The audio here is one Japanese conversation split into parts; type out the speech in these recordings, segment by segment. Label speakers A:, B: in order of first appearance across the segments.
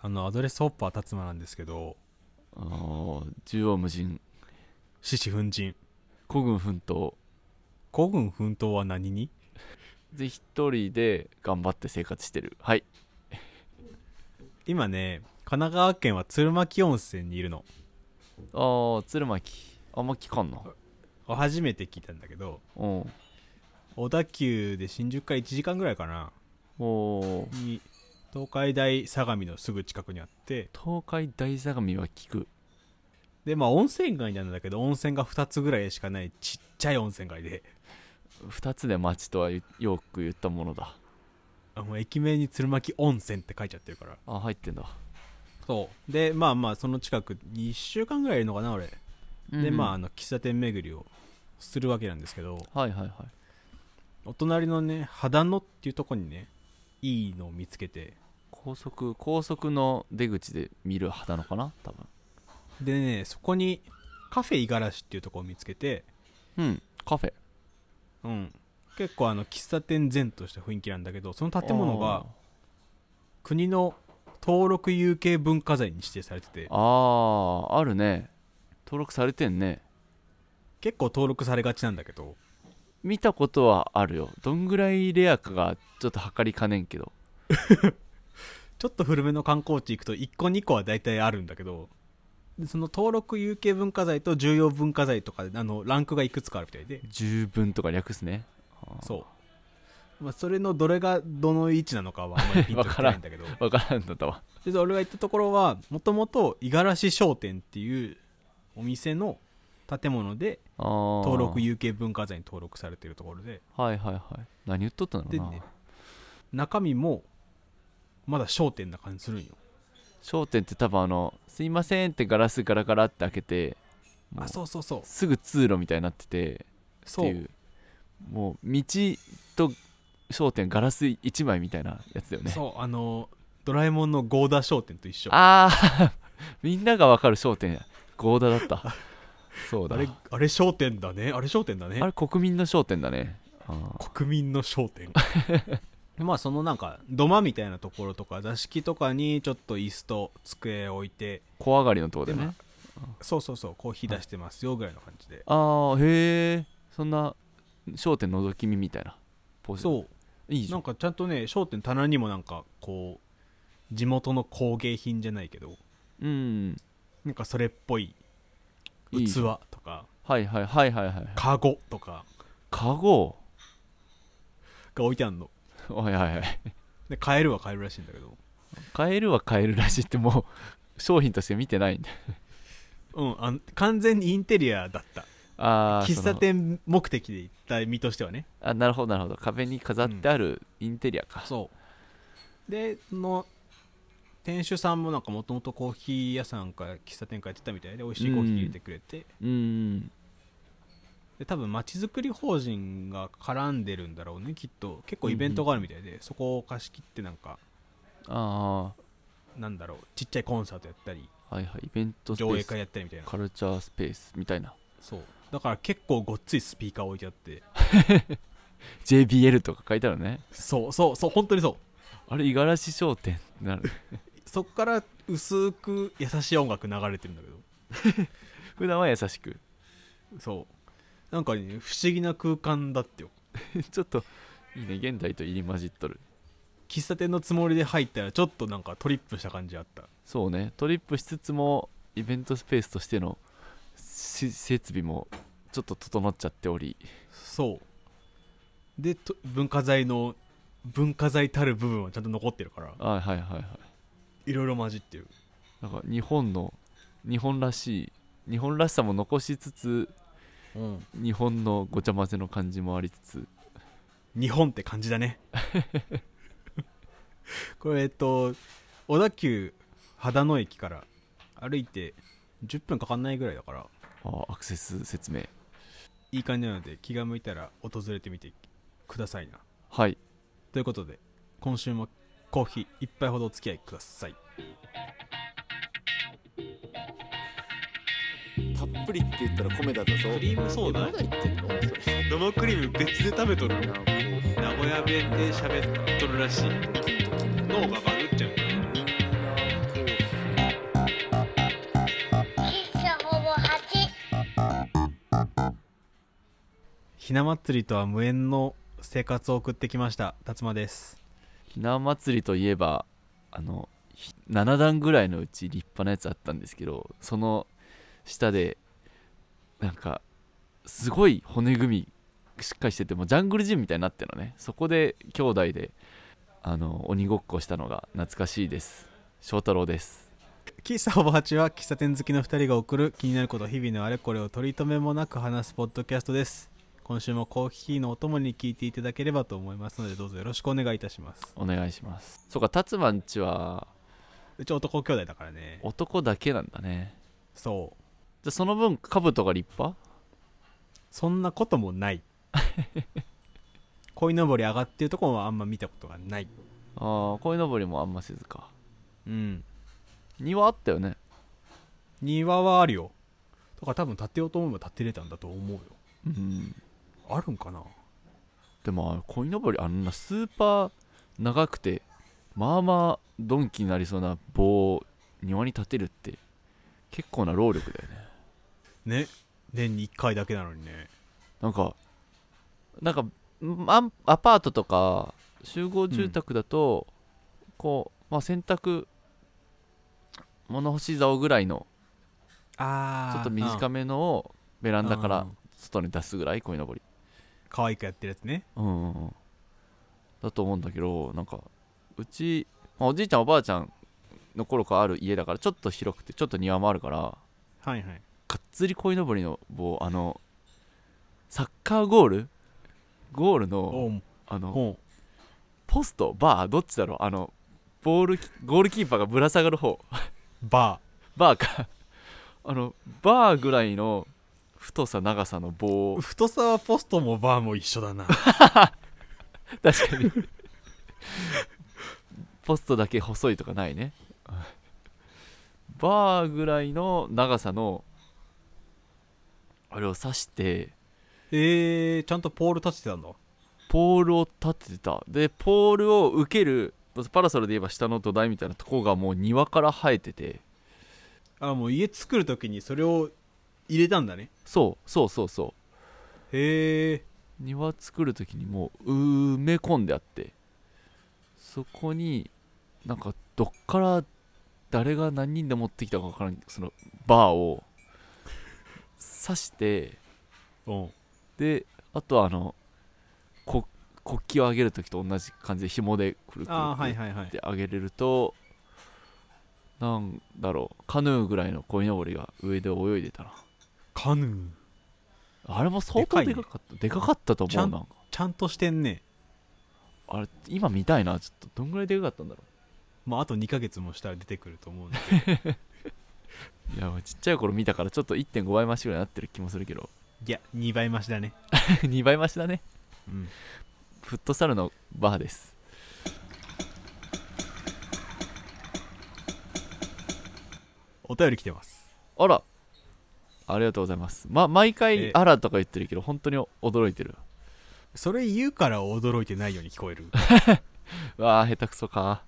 A: あのアドレスホッパー辰馬なんですけど
B: あー縦横無尽
A: 獅子奮陣
B: 孤軍奮闘
A: 孤軍奮闘は何に
B: で一人で頑張って生活してるはい
A: 今ね神奈川県は鶴巻温泉にいるの
B: ああ鶴巻あんま聞かんな
A: 初めて聞いたんだけど
B: うん
A: 小田急で新宿から1時間ぐらいかな
B: おー
A: に東海大相模のすぐ近くにあって
B: 東海大相模は聞く
A: でまあ温泉街なんだけど温泉が2つぐらいしかないちっちゃい温泉街で
B: 2つで町とはよよく言ったものだ
A: あの駅名に鶴巻温泉って書いちゃってるから
B: あ入ってんだ
A: そうでまあまあその近く1週間ぐらいいるのかな俺でまああの喫茶店巡りをするわけなんですけど
B: あはいはいはい
A: お隣のね秦野っていうとこにねいいのを見つけて
B: 高速高速の出口で見る肌のかな多分
A: でねそこにカフェ五十嵐っていうとこを見つけて
B: うんカフェ
A: うん結構あの喫茶店前とした雰囲気なんだけどその建物が国の登録有形文化財に指定されてて
B: あーあーあるね登録されてんね
A: 結構登録されがちなんだけど
B: 見たことはあるよどんぐらいレアかがちょっと測りかねんけど
A: ちょっと古めの観光地行くと1個2個は大体あるんだけどでその登録有形文化財と重要文化財とかであのランクがいくつかあるみたいで
B: 十分とか略すね
A: そう、まあ、それのどれがどの位置なのかはあんまりピンときてないんだけど
B: 分からんだった わ
A: で俺が行ったところはもともと五十嵐商店っていうお店の建物で
B: あ ー
A: 登録有形文化財に登録されてるところで
B: はいはいはい何言っとったのか
A: で、
B: な
A: ね、中身もまだ商店な感じするんよ
B: 商店って多分あの「すいません」ってガラスガラガラって開けてもう
A: あそうそうそう
B: すぐ通路みたいになっててって
A: そ
B: いううもう道と商店ガラス1枚みたいなやつだよね
A: そうあのドラえもんのゴーダ商店と一緒あ
B: ああ みんながわかる商店や合田だったそうだ
A: れ あれ商店だねあれ商店だね
B: あれ国民の商店だねあー
A: 国民の商店 まあそのなんか土間みたいなところとか座敷とかにちょっと椅子と机を置いて
B: 小上がりのとこだよ
A: で
B: ね
A: まそうそうそうコーヒー出してますよぐらいの感じで
B: あーへえそんな商店覗き見みたいなポジ
A: そう
B: いいじゃ
A: なんんかちゃんとね商店棚にもなんかこう地元の工芸品じゃないけど
B: うん
A: なんかそれっぽい
B: いい
A: 器
B: じゃん
A: とか
B: はいはいはいはいはい
A: カゴとか
B: カ ゴ
A: が置いてあるの
B: はいはいはい
A: で買えるは買えるらしいんだけど
B: 買えるは買えるらしいってもう 商品として見てないんだ
A: うんあん完全にインテリアだった
B: ああ
A: 喫茶店目的で行った身としてはね
B: あなるほどなるほど壁に飾ってあるインテリアか、
A: そうでその店主さんもなんかもともとコーヒー屋さんから喫茶店からやってたみたいで美味しいコーヒー入れてくれて、
B: うーん
A: で多分まちづくり法人が絡んでるんだろうねきっと結構イベントがあるみたいで、そこを貸し切ってなんか
B: あ
A: なんだろうちっちゃいコンサートやったり
B: あはいはいイベントスペ
A: 上映会
B: ース
A: やったりみたいな
B: カルチャースペースみたいな
A: そうだから結構ごっついスピーカー置いてあって
B: JBL とか書いてあるね
A: そうそうそう本当にそう
B: あれ五十嵐商店って なる
A: そっから薄く優しい音楽流れてるんだけど
B: 普段は優しく
A: そうなんかね不思議な空間だってよ
B: ちょっといいね現代と入り混じっとる
A: 喫茶店のつもりで入ったらちょっとなんかトリップした感じあった
B: そうねトリップしつつもイベントスペースとしてのし設備もちょっと整っちゃっており
A: そうでと文化財の文化財たる部分はちゃんと残ってるから
B: はいはいはいはい
A: いろいろ混じってる
B: なんか日本の日本らしい日本らしさも残しつつ
A: うん
B: 日本のごちゃ混ぜの感じもありつつ
A: 日本って感じだ ねこれえっと小田急秦野駅から歩いて10分かかんないぐらいだから
B: あアクセス説明
A: いい感じなので気が向いたら訪れてみてくださいな
B: はい
A: ということで今週もコーヒー一杯ほどお付き合いください
C: たっぷりって言ったら米田だぞ
A: クリームソーダ
C: えまだ言ってんのそれ
A: 生クリーム別で食べとる
C: なんかこう
A: 名古屋弁で喋っとるらし
C: ド
A: い
C: キッとき
A: 脳がバグっちゃう
C: みんなこ
A: ひな祭りとは無縁の生活を送ってきました辰馬です
B: ひな祭りといえばあのひ7段ぐらいのうち立派なやつあったんですけどその下でなんかすごい骨組みしっかりしててもうジャングルジムみたいになってるのねそこで兄弟であの鬼ごっこしたのが懐かしいです翔太郎です
A: 喫茶おばはちは喫茶店好きの2人が送る気になること日々のあれこれを取り留めもなく話すポッドキャストです今週もコーヒーのお供に聞いていただければと思いますのでどうぞよろしくお願いいたします
B: お願いしますそうか達馬んちは
A: うち男兄弟だからね
B: 男だけなんだね
A: そう
B: じゃあその分兜が立派
A: そんなこともない 鯉のぼり上がってるとこはあんま見たことがない
B: ああ鯉のぼりもあんませずか
A: うん
B: 庭あったよね
A: 庭はあるよだから多分建てようと思えば建てれたんだと思うよ
B: うん
A: あるんかな
B: でもあの鯉のぼりあんなスーパー長くてまあまあドンキになりそうな棒を庭に立てるって結構な労力だよね
A: ね年に1回だけなのにね
B: なんかなんかんアンアパートとか集合住宅だと、こう、まあ、洗濯物干し竿ぐらいの
A: あ
B: ちょっと短めのをベランダか
A: う
B: ら
A: ん
B: 外に出すぐらい鯉のぼり
A: 可愛くやってるやつね
B: うんうんうんだと思うんだけどなんかうち、まあおじいちゃんおばあちゃんの頃からある家だからちょっと広くてちょっと庭もあるからが
A: はいはい
B: っつり鯉のぼりの棒あのサッカーゴールゴールの
A: おう
B: あの
A: ほう
B: ポストバーどっちだろうあのボールキゴールキーパーがぶら下がる方
A: バ
B: バーかあのバーぐらいの太さ長さの棒を
A: ー太さはポストもバーも一緒だ な
B: 確かにポストだけ細いとかないねバーぐらいの長さのあれを刺して
A: えー、ちゃんとポール立ててたんだ
B: ポールを立ててたでポールを受けるパラソルで言えば下の土台みたいなとこがもう庭から生えてて
A: あもう家作る時にそれを入れたんだね
B: そうそうそうそう
A: へえ
B: 庭作る時にもう埋め込んであってそこになんかどっから誰が何人で持ってきたか分からんけどそのバーを刺して
A: うん
B: であとはあのこ国旗を上げる時と同じ感じで紐でくるくる
A: あー
B: く
A: は
B: る
A: いはいは
B: っ
A: い
B: て上げれるとなんだろうカヌーぐらいの鯉のぼりが上で泳いでたな
A: カヌー
B: あれも相当でかかったでかかったと思う
A: ちゃん
B: なんか
A: ちゃんとしてんね
B: あれ今見たいなちょっとどんぐらいでかかったんだろ
A: まああと2ヶ月もしたら出てくると思うんで
B: ういやちっちゃい頃見たからちょっと1.5倍増しぐらいになってる気もするけど
A: いや2倍増しだね
B: 2倍増しだね
A: うん
B: フットサルのバーです
A: お便り来てます
B: あらありがとうございますま毎
A: ええ
B: 回あらとか言ってるけど本当に驚いてる
A: それ言うから驚いてないように聞こえる、
B: うわあ下手くそか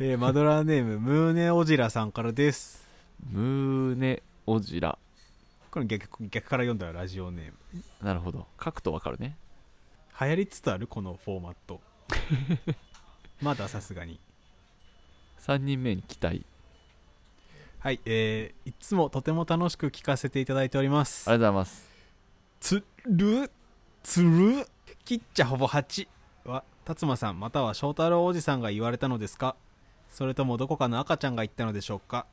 A: えーマドラーネームムーネオジラさんからです
B: ムーネオジラ
A: これ逆逆から読んだらラジオネーム
B: なるほど書くとわかるね
A: 流行りつつあるこのフォーマット まださすがに
B: 3人目に期待
A: はいえー、いつもとても楽しく聞かせていただいております
B: ありがとうございます
A: つるつるきっちゃほぼ8は辰馬さんまたは翔太郎おじさんが言われたのですかそれともどこかの赤ちゃんが言ったのでしょうか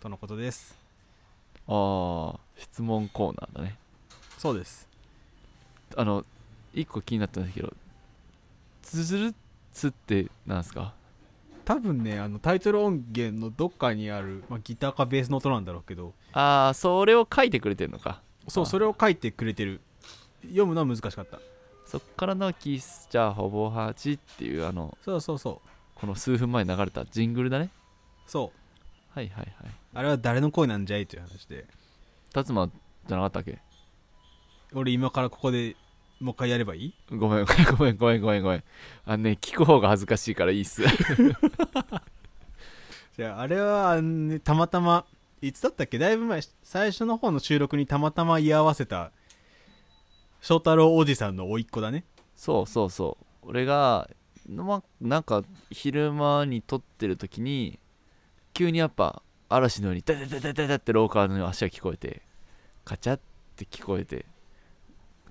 A: とのことです
B: あー質問コーナーだね
A: そうです
B: あの1個気になったんですけどつづるっつってなんですか
A: 多分ねあのタイトル音源のどっかにある、まあ、ギターかベースの音なんだろうけど
B: ああそれを書いてくれてるのか
A: そう
B: あ
A: それを書いてくれてる読むのは難しかった
B: そっからのキッスじゃあほぼ8っていうあの
A: そうそうそう
B: この数分前に流れたジングルだね
A: そう
B: はいはいはい
A: あれは誰の声なんじゃいという話で
B: 達馬じゃなかったっけ
A: 俺今からここでもう一回やればいい
B: ごめんごめんごめんごめんごめんあのね聞く方が恥ずかしいからいいっす
A: じゃああれはあのねたまたまいつだったっけだいぶ前最初の方の収録にたまたま居合わせた翔太郎おじさんの甥っ子だね
B: そうそうそう俺が、ま、なんか昼間に撮ってる時に急にやっぱ嵐のようにダダダダダダって廊下の足が聞こえてカチャって聞こえて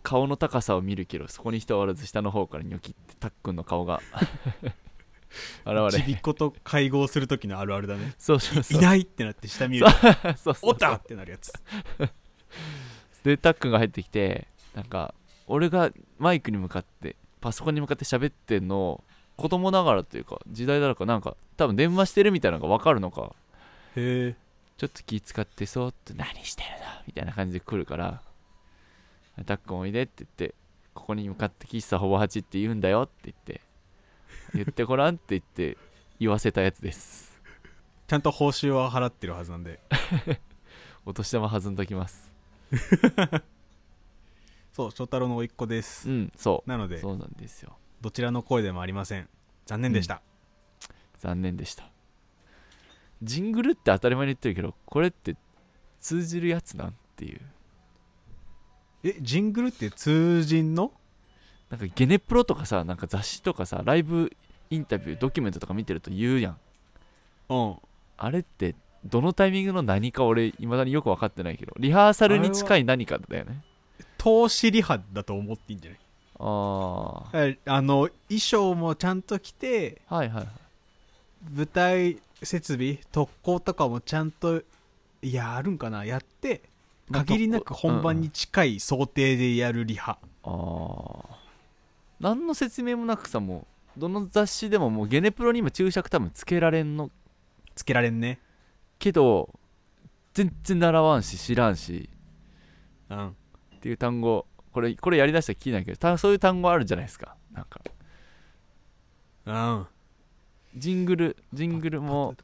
B: 顔の高さを見るけどそこに人はおらず下の方からニョキってたっくんの顔が 現
A: ち
B: れ
A: びっ子と会合する時のあるあるだね
B: そうそう そう
A: いないってなって下見る
B: そうそうそ
A: お
B: う
A: ったってなるやつ
B: でたっくんが入ってきてなんか俺がマイクに向かってパソコンに向かって喋ってんのを子供ながらというか時代だろうかなんか多分電話してるみたいなのが分かるのか
A: へえ
B: ちょっと気使ってそーっと「何してるの?」みたいな感じで来るから「たっくんおいで」って言って「ここに向かって喫茶ほぼ8って言うんだよ」って言って「言ってごらん」って言って言わせたやつです
A: ちゃんと報酬は払ってるはずなんで
B: お年玉弾んどきます
A: そう翔太郎の甥っ子です
B: うんそう
A: なので
B: そうなんですよ
A: どちらの声でもありません残念でした、
B: 残念でしたジングルって当たり前に言ってるけどこれって通じるやつなんっていう
A: えジングルって通人の
B: なんかゲネプロとかさなんか雑誌とかさライブインタビュードキュメントとか見てると言うやん
A: うん
B: あれってどのタイミングの何か俺未だによく分かってないけどリハーサルに近い何かだよね
A: 投資リハだと思っていいんじゃない
B: あ
A: はいあの衣装もちゃんと着て
B: あはいはいはい
A: 舞台設備特攻とかもちゃんといやあるんかなやって限りなく本番に近い想定でやるリハ、
B: ああ何の説明もなくさもうどの雑誌でももうゲネプロに今注釈多分つけられんの
A: つけられんね
B: けど全然習わんし知らんし
A: うん
B: っていう単語これこれやりだしたら聞いないけどたそういう単語あるじゃないですかなんか
A: うん
B: ジングルジングルも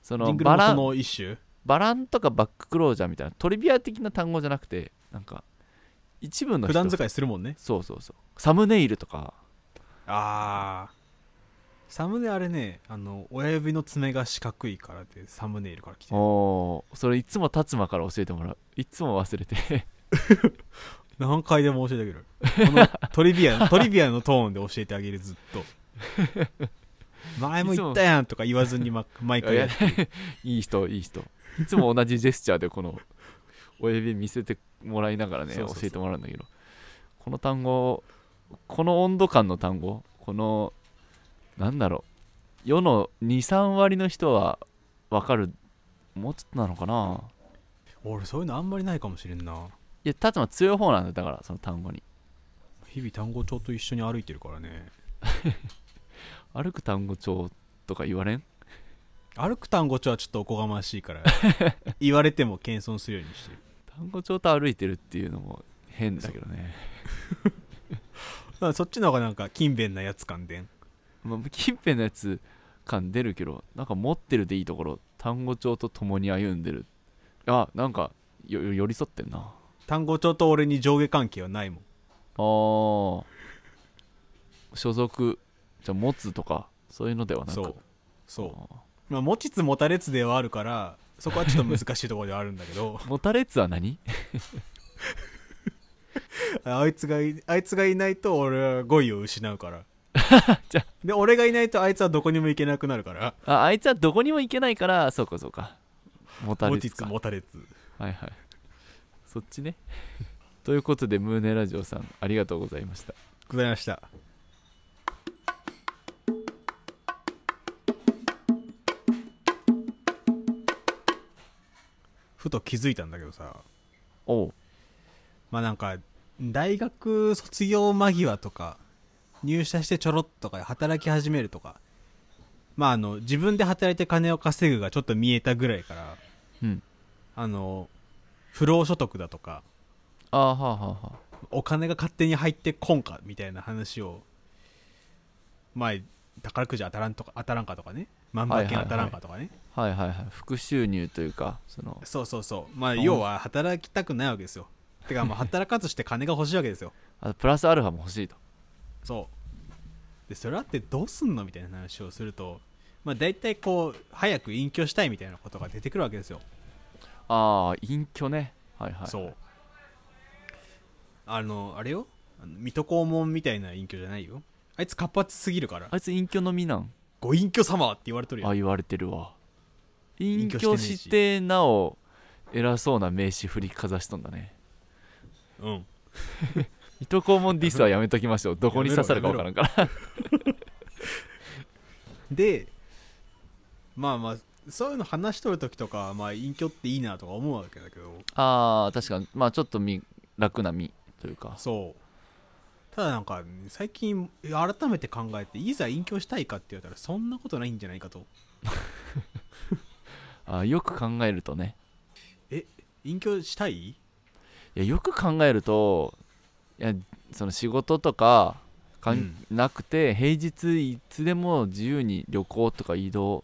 B: そ
A: ジ
B: の
A: ングル
B: バ
A: も
B: ラ
A: そ
B: ン
A: の一種
B: バランとかバッククロージャーみたいなトリビア的な単語じゃなくてなんか一部の
A: 普
B: 人
A: 段使いするもんね
B: そうそうそうサムネイルとか
A: ああサムネあれねあの親指の爪が四角いからでサムネイルから来てる
B: おーそれいつも達馬から教えてもらういつも忘れて
A: 何回でも教えてあげるこのトリビ アトリビアのトーンで教えてあげるずっと前も言ったやんとか言わずに、ま、毎回やる
B: いい人いい人いつも同じジェスチャーでこの親指見せてもらいながらね
A: そうそうそう
B: 教えてもらうんだけどこの単語この温度感の単語このなんだろう世の23割の人は分かるもうちょっとなのかな
A: 俺そういうのあんまりないかもしれんない
B: や達馬強い方なんだだからその単語に
A: 日々単語帳と一緒に歩いてるからね
B: 歩く単語帳とか言われん
A: 歩く単語帳はちょっとおこがましいから 言われても謙遜するようにしてる
B: 単語帳と歩いてるっていうのも変だけどね
A: だからそっちの方がなんか勤勉なやつ感でん
B: まあ、近辺のやつ感出るけどなんか持ってるでいいところ単語帳と共に歩んでるあなんかよよ寄り添ってんなあ
A: 単語帳と俺に上下関係はないもん
B: ー所属じゃあ持つとかそういうのではなく
A: そうそう
B: あ
A: まあ持ちつ持たれつではあるからそこはちょっと難しいところではあるんだけど
B: ー持たれつは何
A: あいつがいあいつがいないと俺は語彙を失うから
B: じゃあ
A: で俺がいないとあいつはどこにも行けなくなるから
B: ああいつはどこにも行けないからそうかそうか持た
A: 持
B: れ
A: ち
B: つ
A: つ
B: か
A: 持たれつ
B: はいはいそっちね ということでムーネラジオさんありがとうございました
A: ございましたふと気づいたんだけどさ
B: おう
A: まあなんか大学卒業間際とか入社してちょろっとか働き始めるとかまああの自分で働いて金を稼ぐがちょっと見えたぐらいから
B: うん
A: あの不労所得だとか
B: ああはあはあはあ
A: お金が勝手に入ってこんかみたいな話を前宝くじ当たらんとか当たらんかとかね万馬券当たらんかとかね、
B: はいはいはい副収入というかその
A: そうそうそうまあ要は働きたくないわけですよてかまあ働かずして金が欲しいわけですよ
B: あプラスアルファも欲しいと
A: そうでそれあってどうすんのみたいな話をするとまあ大体こう早く隠居したいみたいなことが出てくるわけですよ
B: ああ隠居ねはいはい
A: そうあのあれよあの水戸黄門みたいな隠居じゃないよあいつ活発すぎるから
B: あいつ隠居のみなん
A: ご隠居様って言われとるや
B: あ
A: ん
B: 言われてるわ隠
A: 隠
B: 居
A: 居
B: し
A: して
B: なお偉そうな名刺振りかざしとんだね
A: うん
B: 糸黄門ディスはやめときましょうどこに刺さるか分からんから
A: でまあまあそういうの話しとる時とかまあ隠居っていいなとか思うわけだけど
B: あー確かにまあちょっとみ楽な身というか
A: そうただなんか最近改めて考えていざ隠居したいかって言われたらそんなことないんじゃないかと
B: あーよく考えるとね
A: 隠居したい
B: いやよく考えるといやその仕事とかかんなくて平日いつでも自由に旅行とか移動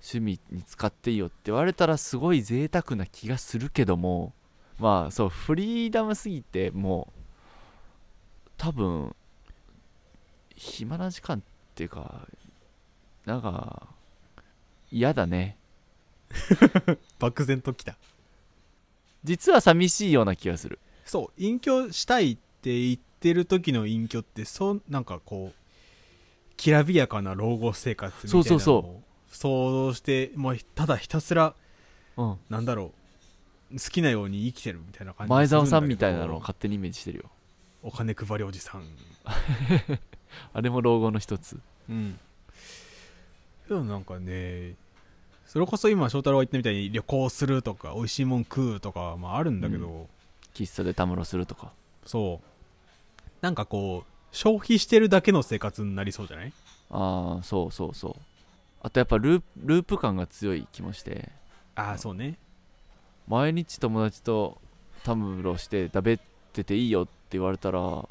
B: 趣味に使っていいよって言われたらすごい贅沢な気がするけどもまあそうフリーダムすぎてもう多分暇な時間っていうかなんか嫌だね
A: 漠然ときた
B: 実は寂しいような気がする
A: そう隠居したいって言ってる時の隠居ってそうなんかこうきらびやかな老後生活みたいなの
B: そうそうそう
A: を想像してもうただひたすら
B: うん
A: なんだろう好きなように生きてるみたいな感じ
B: 前
A: が
B: 澤
A: する
B: さん
A: だけ
B: み
A: ど
B: たいなのを勝手にイメージしてるよ
A: お金配りおじさん
B: あれも老後の一つ
A: うんでもなんかねそれこそ今翔太郎が言ったみたいに旅行するとか美味しいもん食うとかまああるんだけど、
B: う喫茶でたむろするとか
A: そうなんかこう消費してるだけの生活になりそうじゃない
B: ああそうそうそうあとやっぱルーループ感が強い気もして
A: ああそうね
B: 毎日友達とたむろしてだべってていいよって言われたら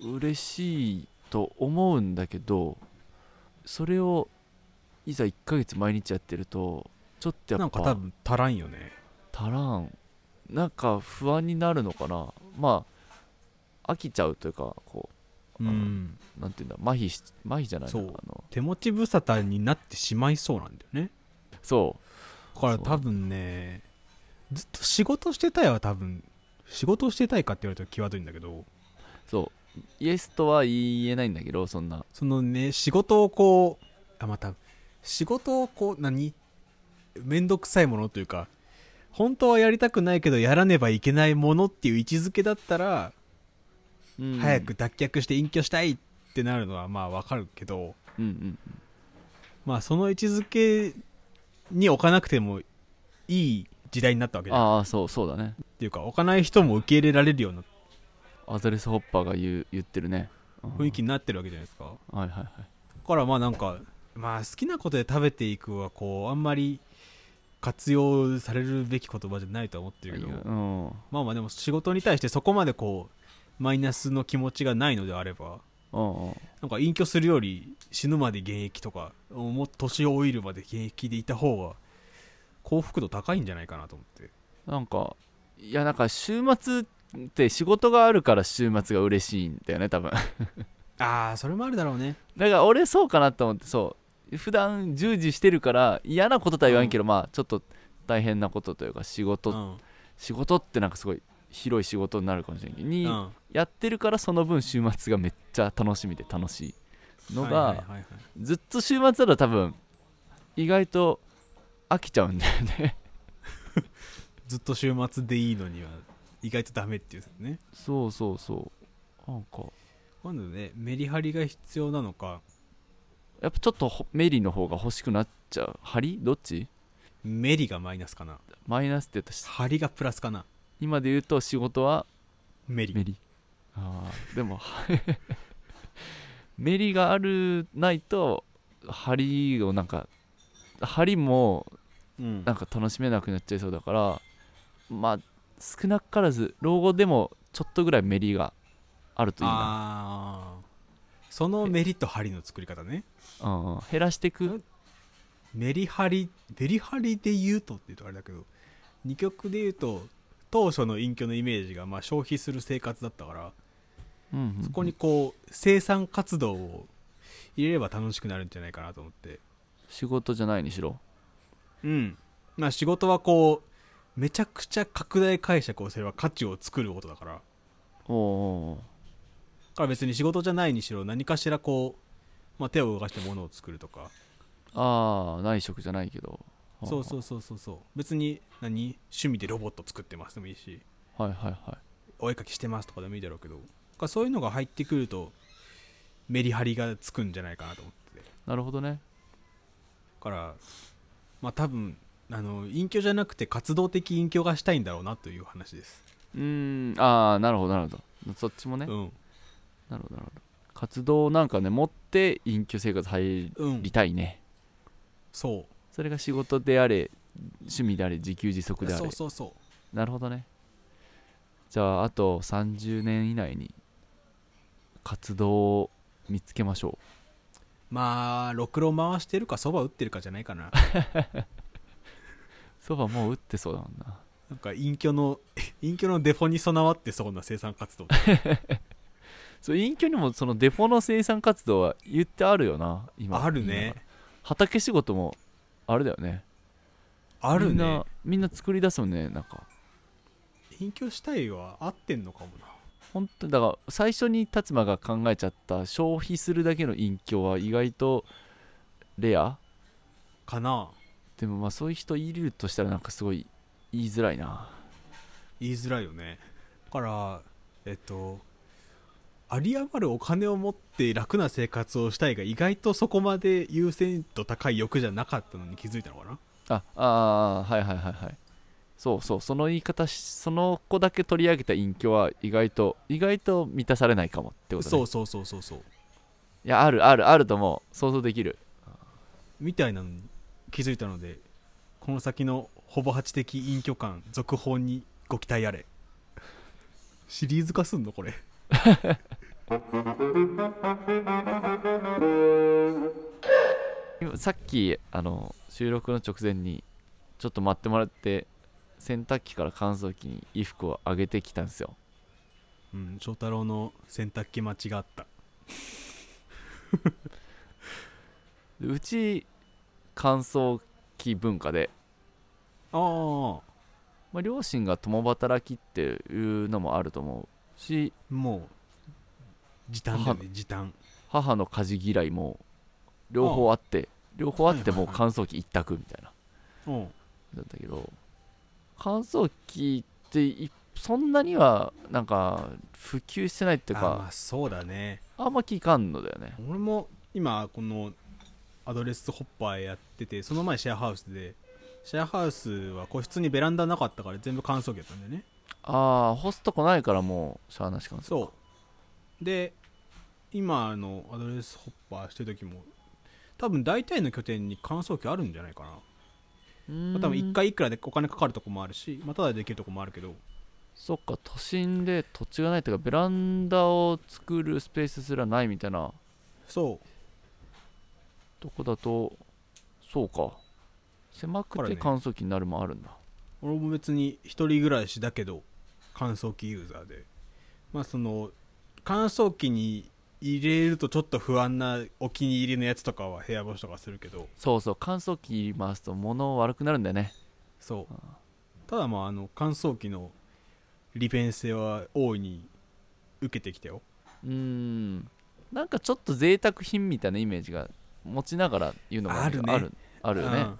B: 嬉しいと思うんだけどそれをいざ1ヶ月毎日やってるとちょっとや
A: な
B: っ
A: んか多
B: ぱ
A: 分足らんよね
B: 足らんなんか不安になるのかなまあ飽きちゃうというかこう
A: う
B: うんなんていうんだ麻痺し麻痺じゃないな
A: そう
B: あの
A: 手持ち無沙汰になってしまいそうなんだよね
B: そう
A: だから多分ねずっと仕事してたいは多分仕事をしてたいかって言われたら際どいんだけど
B: そうイエスとは言えないんだけどそんな
A: そのね仕事をこうあまた仕事をこう何めんどくさいものというか本当はやりたくないけどやらねばいけないものっていう位置づけだったら、
B: うん
A: 早く脱却して隠居したいってなるのはまあわかるけど、
B: うんうん
A: まあその位置づけに置かなくてもいい時代になったわけじゃんっ
B: ああそうそうだね
A: ていうか置かない人も受け入れられるような
B: アドレスホッパーが言う言ってるね、うん
A: 雰囲気になってるわけじゃないですか、
B: はいはいはい
A: だからまあなんかまあ好きなことで食べていくはこうあんまり活用されるべき言葉じゃないとは思ってるけど
B: うんうん
A: まあまあでも仕事に対してそこまでこうマイナスの気持ちがないのであれば
B: うん
A: なんか隠居するより死ぬまで現役とかもう年老いるまで現役でいた方が幸福度高いんじゃないかなと思って
B: なんかいやなんか週末って仕事があるから週末が嬉しいんだよね多分
A: ああそれもあるだろうね
B: だから俺そうかなと思ってそう普段従事してるから嫌なこととは言わんけど、まあちょっと大変なことというか仕事
A: うん
B: 仕事ってなんかすごい広い仕事になるかもしれないけどに、
A: うん
B: やってるからその分週末がめっちゃ楽しみで楽しいのが、
A: はいはいはいはい
B: ずっと週末だと多分意外と飽きちゃうんだよね
A: ずっと週末でいいのには意外とダメっていうね
B: そうそうそうなんか
A: 今度ねメリハリが必要なのか
B: やっぱちょっとほメリの方が欲しくなっちゃう張りどっち
A: メリがマイナスかな
B: マイナスって言ったし
A: ハリがプラスかな
B: 今で言うと仕事は
A: メリ
B: メリあーでも はメリがあるないと張りをなんか張りも
A: うん
B: なんか楽しめなくなっちゃいそうだからまあ少なからず老後でもちょっとぐらいメリがあるといいな、
A: ああそのメリとハリの作り方ね
B: うんうん、減らしていく
A: メリハリメリハリで言うとって言うとあれだけど2曲で言うと当初の隠居のイメージがまあ消費する生活だったから
B: うんうんうん
A: そこにこう生産活動を入れれば楽しくなるんじゃないかなと思って
B: 仕事じゃないにしろ
A: うんまあ仕事はこうめちゃくちゃ拡大解釈をすれば価値を作ることだから
B: あおうおうおう
A: だから別に仕事じゃないにしろ何かしらこう、まあ、手を動かして物を作るとか
B: ああ内職じゃないけど
A: そうそうそうそうそう別に何趣味でロボット作ってますでもいいし
B: うはいはいはい
A: お絵かきしてますとかでもいいだろうけどだからそういうのが入ってくるとメリハリがつくんじゃないかなと思っててだ
B: なるほどね
A: からまあ多分あの隠居じゃなくて活動的隠居がしたいんだろうなという話です、
B: うーんああなるほどなるほどそっちもね、
A: うん
B: なるほどなるほど活動なんかね持って隠居生活入
A: うん
B: りたいね、
A: そう
B: それが仕事であれ趣味であれ自給自足であれ
A: そうそうそう
B: なるほどねじゃああと30年以内に活動を見つけましょ
A: まあろくろ回してるかそば打ってるかじゃないか な
B: うそばもう打ってそうだもんな
A: なんか隠居の 隠居のデフォに備わってそうな生産活動
B: そう隠居にもそのデフォの生産活動は言ってあるよな今
A: あるね
B: 畑仕事もあれだよね
A: ある
B: みん
A: ね
B: なみんな作り出すもんねなんか
A: 隠居したいは合ってんのかもな
B: 本当にだから最初に達馬が考えちゃった消費するだけの隠居は意外とレア
A: かな
B: でもまあそういう人いるとしたらなんかすごい言いづらいな
A: 言いづらいよねだからえっと有り余るお金を持って楽な生活をしたいが意外とそこまで優先度高い欲じゃなかったのに気づいたのかな
B: ああーはいはいはいはいそうそうその言い方しその子だけ取り上げた隠居は意外と意外と満たされないかもってこと、ね、
A: そう
B: い
A: そうそうそうそう
B: やあるあるあるともう想像できる
A: みたいなのに気づいたのでこの先のほぼ八的隠居感続報にご期待あれシリーズ化すんのこれ
B: 今さっきあの収録の直前にちょっと待ってもらって洗濯機から乾燥機に衣服を上げてきたんですよ
A: うん翔太郎の洗濯機待ちがあった
B: でうち乾燥機文化で、
A: ああ
B: まあ、両親が共働きっていうのもあると思うし
A: もう時短だよね時短
B: 母の家事嫌いも両方あって両方あっても
A: はい
B: う
A: はい
B: 乾燥機一択みたいな
A: うん
B: だったけど乾燥機っていそんなにはなんか普及してないっていう
A: あま
B: か
A: あそうだね
B: あんま聞かんのだよね
A: 俺も今このアドレスホッパーやっててその前シェアハウスでシェアハウスは個室にベランダなかったから全部乾燥機だったんだよね
B: ああ干すとこないからもうしゃあなしかんす
A: そうで今あのアドレスホッパーしてる時も多分大体の拠点に乾燥機あるんじゃないかな、
B: うーん
A: まあ多分1回いくらでお金かかるとこもあるし、まあ、ただでできるとこもあるけど
B: そっか都心で土地がないっていうかベランダを作るスペースすらないみたいな
A: そ
B: とこだとそうか狭
A: こ
B: く
A: れ
B: て
A: ね
B: 乾燥機になるもあるんだ、
A: う俺も別に1人暮らしだけど乾燥機ユーザーでまあその乾燥機に入れるとちょっと不安なお気に入りのやつとかは部屋干しとかするけど
B: そうそう乾燥機回すと物悪くなるんだよね
A: そうただまああの乾燥機の利便性は大いに受けてきたよ
B: うーんなんかちょっと贅沢品みたいなイメージが持ちながら言うのもなんか
A: あるね
B: あるあるよね、
A: うん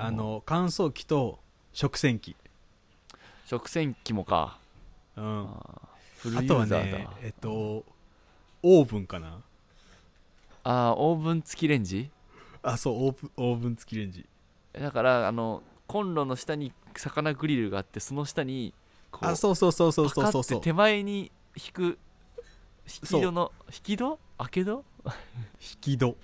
A: あの乾燥機と食洗機、
B: 食洗機もか、
A: うん、
B: あ
A: あ
B: ーフルユ
A: とは
B: ーザーだ
A: ねえっとオーブンかな
B: あーオーブン付きレンジ
A: あそうオーブンオーブン付きレンジ
B: だからあのコンロの下に魚グリルがあってその下にこ
A: あそうそうそうそう
B: パ
A: そう
B: カ
A: そう
B: って
A: そう
B: 手前に引く引き戸の引き戸開け戸
A: 引き戸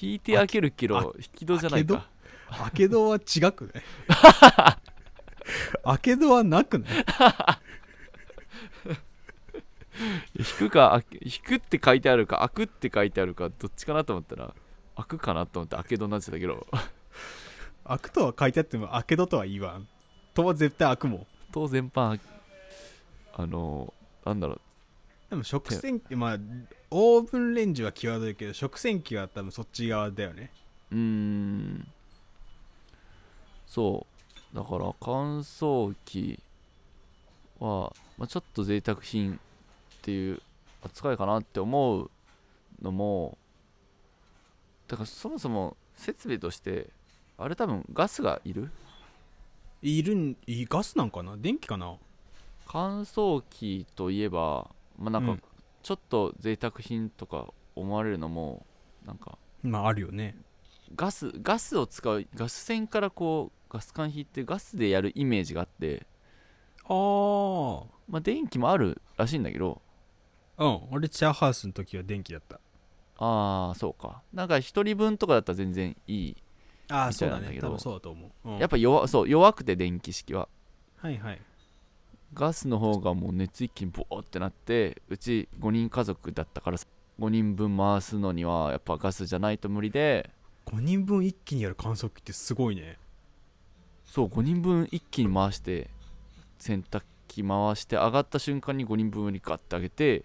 B: 引いて開けるけど引き戸じゃない
A: 開
B: か
A: 開け戸は違く ない開け戸はなくない
B: 引くか開け引くって書いてあるか開くって書いてあるかどっちかなと思ったら開くかなと思って開け戸になってたけど
A: 開くとは書いてあっても開け戸とは言わん戸は絶対開くもん
B: 当然パンあのなんだろう
A: でも食洗機まあオーブンレンジは際どいけど食洗機は多分そっち側だよね
B: うーんそうだから乾燥機は、まあ、ちょっと贅沢品っていう扱いかなって思うのもだからそもそも設備としてあれ多分ガスがいる
A: いるんいガスなんかな電気かな
B: 乾燥機といえば、まあ、なん
A: うん
B: かちょっと贅沢品とか思われるのもなんか
A: まああるよね
B: ガスガスを使うガス栓からこうガス管引いてガスでやるイメージがあって、
A: ああ
B: まあ、電気もあるらしいんだけど
A: うん俺チャーハウスの時は電気だった
B: ああそうかなんか1人分とかだったら全然いい
A: ああ
B: み
A: そ
B: た
A: う
B: いな
A: だ
B: んだ
A: ね
B: けど
A: 多分そうだと思う、うん
B: やっぱ弱そう弱くて電気式は
A: はいはい
B: ガスの方がもう熱一気にボーってなってうち5人家族だったから5人分回すのにはやっぱガスじゃないと無理で
A: 5人分一気にやる乾燥機ってすごいね
B: そう5人分一気に回して洗濯機回して上がった瞬間に5人分上にガッて上げて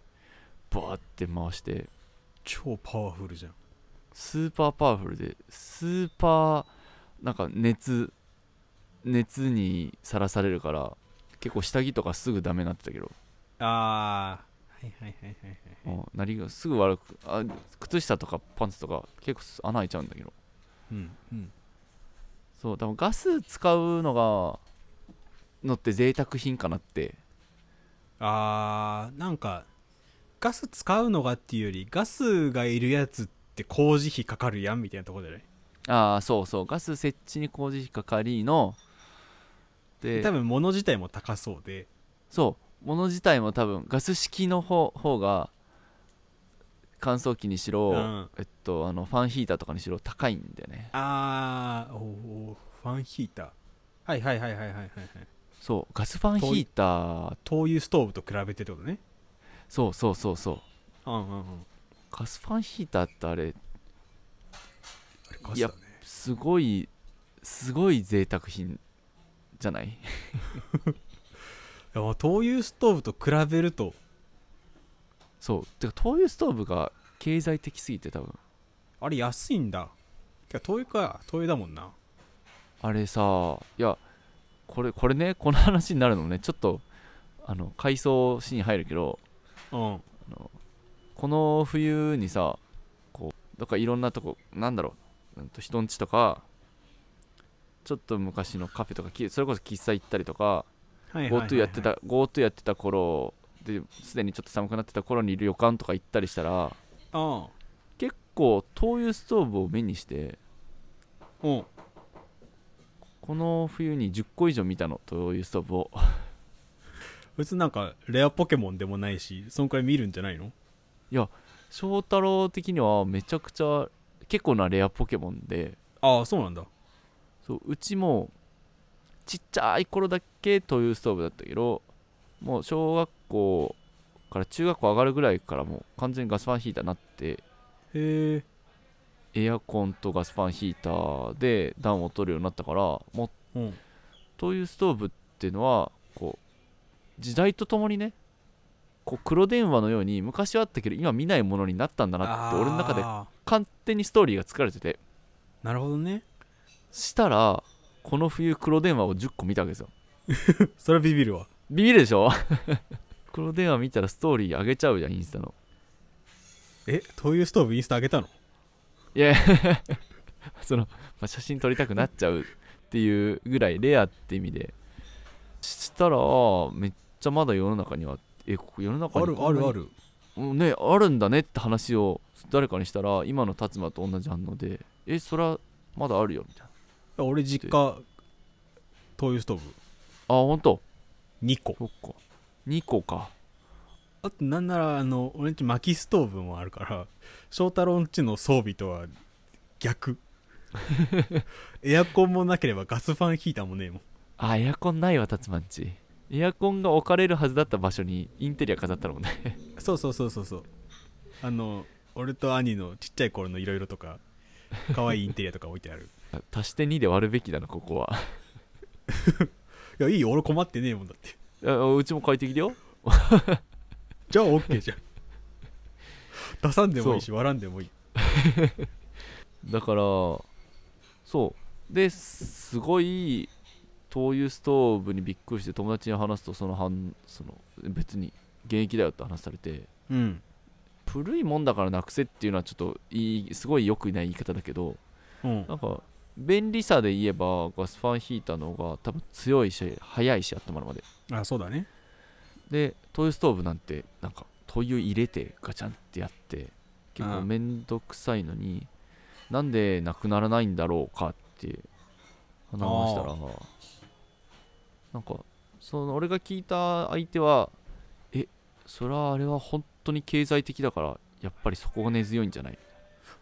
B: バーって回して
A: 超パワフルじゃん
B: スーパーパワフルでスーパーなんか熱熱にさらされるから結構下着とかすぐダメになってたけど
A: ああはいはいはいはいはい
B: うんなりがすぐ悪くあ靴下とかパンツとか結構穴開いちゃうんだけど
A: うんうん
B: そう多分ガス使うのがのって贅沢品かなって
A: あーなんかガス使うのがっていうよりガスがいるやつって工事費かかるやんみたいなとこじゃない
B: ああそうそうガス設置に工事費かかりので
A: 多分物自体も高そうで
B: そう物自体も多分ガス式の方方が乾燥機にし
A: う
B: ろ、
A: ん
B: えっとあのファンヒーターとかにしろ高いんだよね
A: あーおおファンヒーターはいはいはいはいはいはいはい
B: そうガスファンヒーター
A: 灯油ストーブと比べてってことね
B: そうそうそうそう
A: うんうんうん
B: ガスファンヒーターってあれ
A: あれガスだね
B: すごいすごい贅沢品じゃない
A: いやまあ灯油ストーブと比べると
B: そうてか灯油ストーブが経済的すぎて多分
A: あれ安いんだてか灯油か灯油だもんな
B: あれさいやこれこれねこの話になるのねちょっとあの回想シーン入るけど
A: うん
B: あのこの冬にさこうだからいろんなとこなんだろううんと人んちとかちょっと昔のカフェとかきそれこそ喫茶行ったりとか GoTo やってた GoTo やってた頃ですでにちょっと寒くなってた頃に旅館とか行ったりしたら
A: あ
B: 結構灯油ストーブを目にして
A: あうん
B: この冬に10個以上見たの灯油ストーブを
A: 別になんかレアポケモンでもないしそんくらい見るんじゃないの
B: 翔太郎的にはめちゃくちゃ結構なレアポケモンで
A: ああそうなんだ
B: そううちもちっちゃい頃だけ灯油ストーブだったけどもう小学校から中学校上がるぐらいからもう完全にガスファンヒーターになって
A: へえ
B: エアコンとガスファンヒーターで暖を取るようになったからもう
A: うん
B: 灯油ストーブっていうのはこう時代とともにねこう黒電話のように昔はあったけど今見ないものになったんだなって俺の中で
A: あ
B: 勝手にストーリーが作られてて
A: ーなるほどね
B: したらこの冬黒電話を10個見たわけですよ
A: それはビビるわ
B: ビビるでしょ 黒電話見たらストーリー上げちゃうじゃんインスタの
A: え灯油ストーブインスタ上げたの
B: いや その、まあ、写真撮りたくなっちゃうっていうぐらいレアって意味でしたらめっちゃまだ世の中にはえここ世の中にこんなに
A: る
B: うんねあるんだねって話を誰かにしたら今の達馬と同じ反応でえそれはまだあるよみたいな
A: 俺実家灯油ストーブ
B: あ本当
A: 2個
B: そっか2個か
A: あとなんならあの俺んち薪ストーブもあるから翔太郎んちの装備とは 逆エアコンもなければガスファンヒーターもねえもん
B: あエアコンないわ達馬んちエアコンが置かれるはずだった場所にインテリア飾ったのもんね
A: そうそうそうそうそうあの俺と兄のちっちゃい頃のいろいろとか可愛いインテリアとか置いてある
B: 足して2で割るべきだなここはい
A: やいいよ俺困ってねえもんだって
B: いやうちも快適だよ
A: じゃあ OK じゃん 出さんでもいいし割らんでもいい
B: だからそうですごい灯油ストーブにびっくりして友達に話すとその反その別に現役だよって話されて
A: うん
B: 古いもんだからなくせっていうのはちょっといいすごい良くない言い方だけど
A: うん
B: なんか便利さで言えばガスファンヒーターの方が多分強いし早いし温まるまで
A: あそうだね
B: で灯油ストーブなんてなんか灯油入れてガチャンってやって結
A: う
B: 構
A: ん
B: めんどくさいのになんでなくならないんだろうかって話したらなんかその俺が聞いた相手はえそれはあれは本当に経済的だからやっぱりそこが根強いんじゃない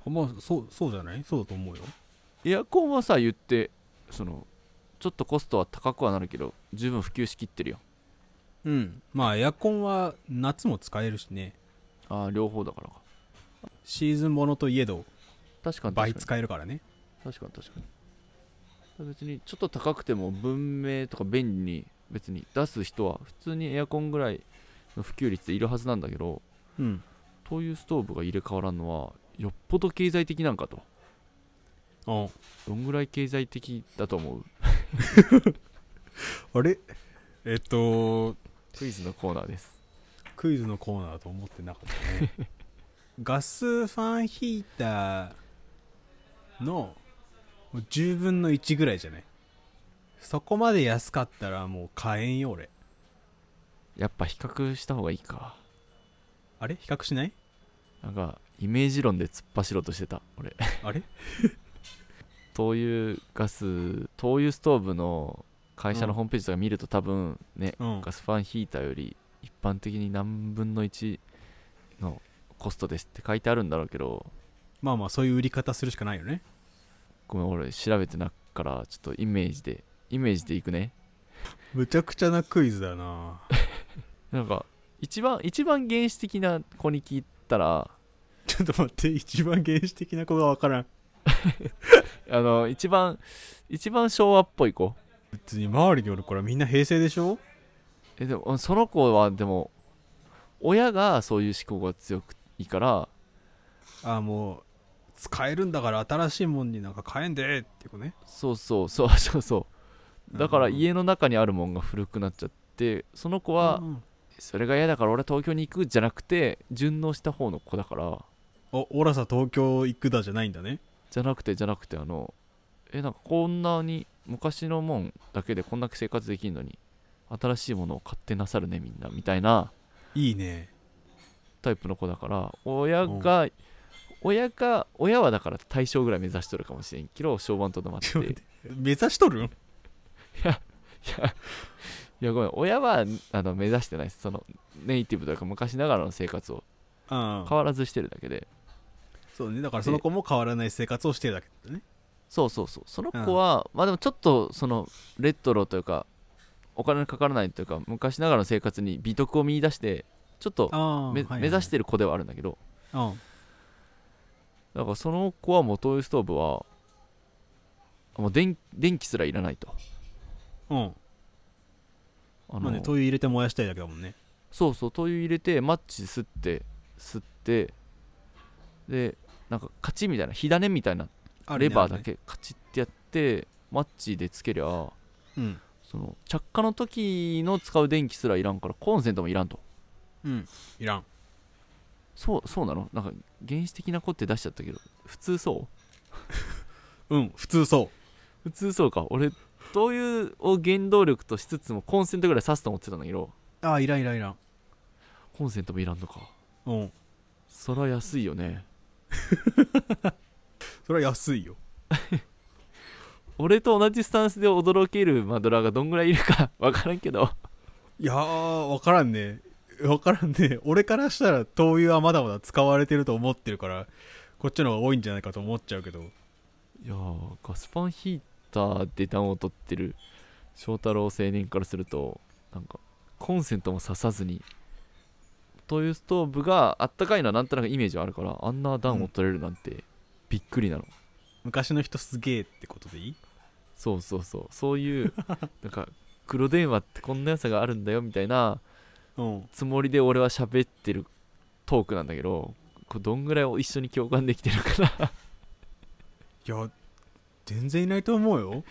A: まあそうそうじゃないそうだと思うよ
B: エアコンはさ言ってそのちょっとコストは高くはなるけど十分普及しきってるよ
A: うんまあエアコンは夏も使えるしね
B: ああ両方だからか
A: シーズンものといえど
B: 確かに確か
A: 倍
B: に
A: 使えるからね
B: 確かに確かに別にちょっと高くても文明とか便利に別に出す人は普通にエアコンぐらいの普及率でいるはずなんだけど
A: うん
B: 灯油ストーブが入れ替わらんのはよっぽど経済的なんかと
A: あ
B: どんぐらい経済的だと思う
A: あれえっと
B: クイズのコーナーです
A: クイズのコーナーだと思ってなかったね ガスファンヒーターのもう10分の1ぐらいじゃないそこまで安かったらもう買えんよ俺
B: やっぱ比較した方がいいか
A: あれ比較しない
B: なんかイメージ論で突っ走ろうとしてた俺
A: あれ
B: 灯油ガス灯油ストーブの会社のホームページとか見ると多分ね、
A: うん
B: ガスファンヒーターより一般的に何分の1のコストですって書いてあるんだろうけど
A: まあまあそういう売り方するしかないよね
B: ごめん俺調べてなっからちょっとイメージでイメージでいくね
A: むちゃくちゃなクイズだな
B: なんか一番一番原始的な子に聞いたら
A: ちょっと待って一番原始的な子がわからん
B: あの一番一番昭和っぽい子
A: 別に周りにおるこれみんな平成でしょ
B: えでもその子はでも親がそういう思考が強くいいから
A: ああもう使えるんだから新しいもんになんか買えんでっていうね
B: そうそうそうそうそうだから
A: うん
B: 家の中にあるもんが古くなっちゃってその子は
A: うん
B: それが嫌だから俺は東京に行くじゃなくて順応した方の子だから
A: おオラサ東京行くだじゃないんだね
B: じゃなくてじゃなくてあのえなんかこんなに昔のもんだけでこんだけ生活できるのに新しいものを買ってなさるねみんなみたいない
A: いね
B: タイプの子だから親が親が親はだから大正ぐらい目指しとるかもしれんけど小判とどまっ
A: ちょっと
B: て
A: 待って 目指しとるん
B: いや、いやごめん、親はあの目指してないです。そのネイティブというか昔ながらの生活を
A: あ
B: 変わらずしてるだけで、
A: そうねだからその子も変わらない生活をしてるだけだね
B: そうそうそう、その子は、まあでもちょっとそのレトロというか、お金のかからないというか、昔ながらの生活に美徳を見出して、ちょっと
A: あ
B: め目指してる子ではあるんだけど、
A: うん
B: だからその子はもう灯油ストーブは、もう電電気すらいらないと。
A: うん
B: あの
A: まあね灯油入れて燃やしたいだけだもんね
B: そうそう灯油入れてマッチ吸って吸ってでなんかカチッみたいな火種みたいな
A: あ
B: レバーだけカチッってやってマッチでつけりゃ
A: うん
B: その着火の時の使う電気すらいらんからコンセントもいらんと
A: うんいらん
B: そうそうなのなんか原始的な子って出しちゃったけど普通そう
A: うん普通そ
B: 普通そうか俺灯油を原動力としつつもコンセントぐらい挿すと思ってたんだけど
A: うああいらんいらんいらん
B: コンセントもいらんのか
A: うん
B: そりゃ安いよね
A: それは安いよ
B: 俺と同じスタンスで驚けるマドラーがどんぐらいいるか 分からんけど
A: いやー分からんね分からんね俺からしたら灯油はまだまだ使われてると思ってるからこっちの方が多いんじゃないかと思っちゃうけど
B: いやーガスパンヒーターで暖を取ってる翔太郎青年からするとなんかコンセントも刺さずに灯油ストーブがあったかいのはなんとなくイメージはあるからあんな暖を取れるなんてびっくりなの、
A: 昔の人すげえってことでいい
B: そうそうそうそういうなんか黒電話ってこんな良さがあるんだよみたいな
A: うん
B: つもりで俺は喋ってるトークなんだけどこうどんぐらいを一緒に共感できてるかな
A: いや全然いないと思うよ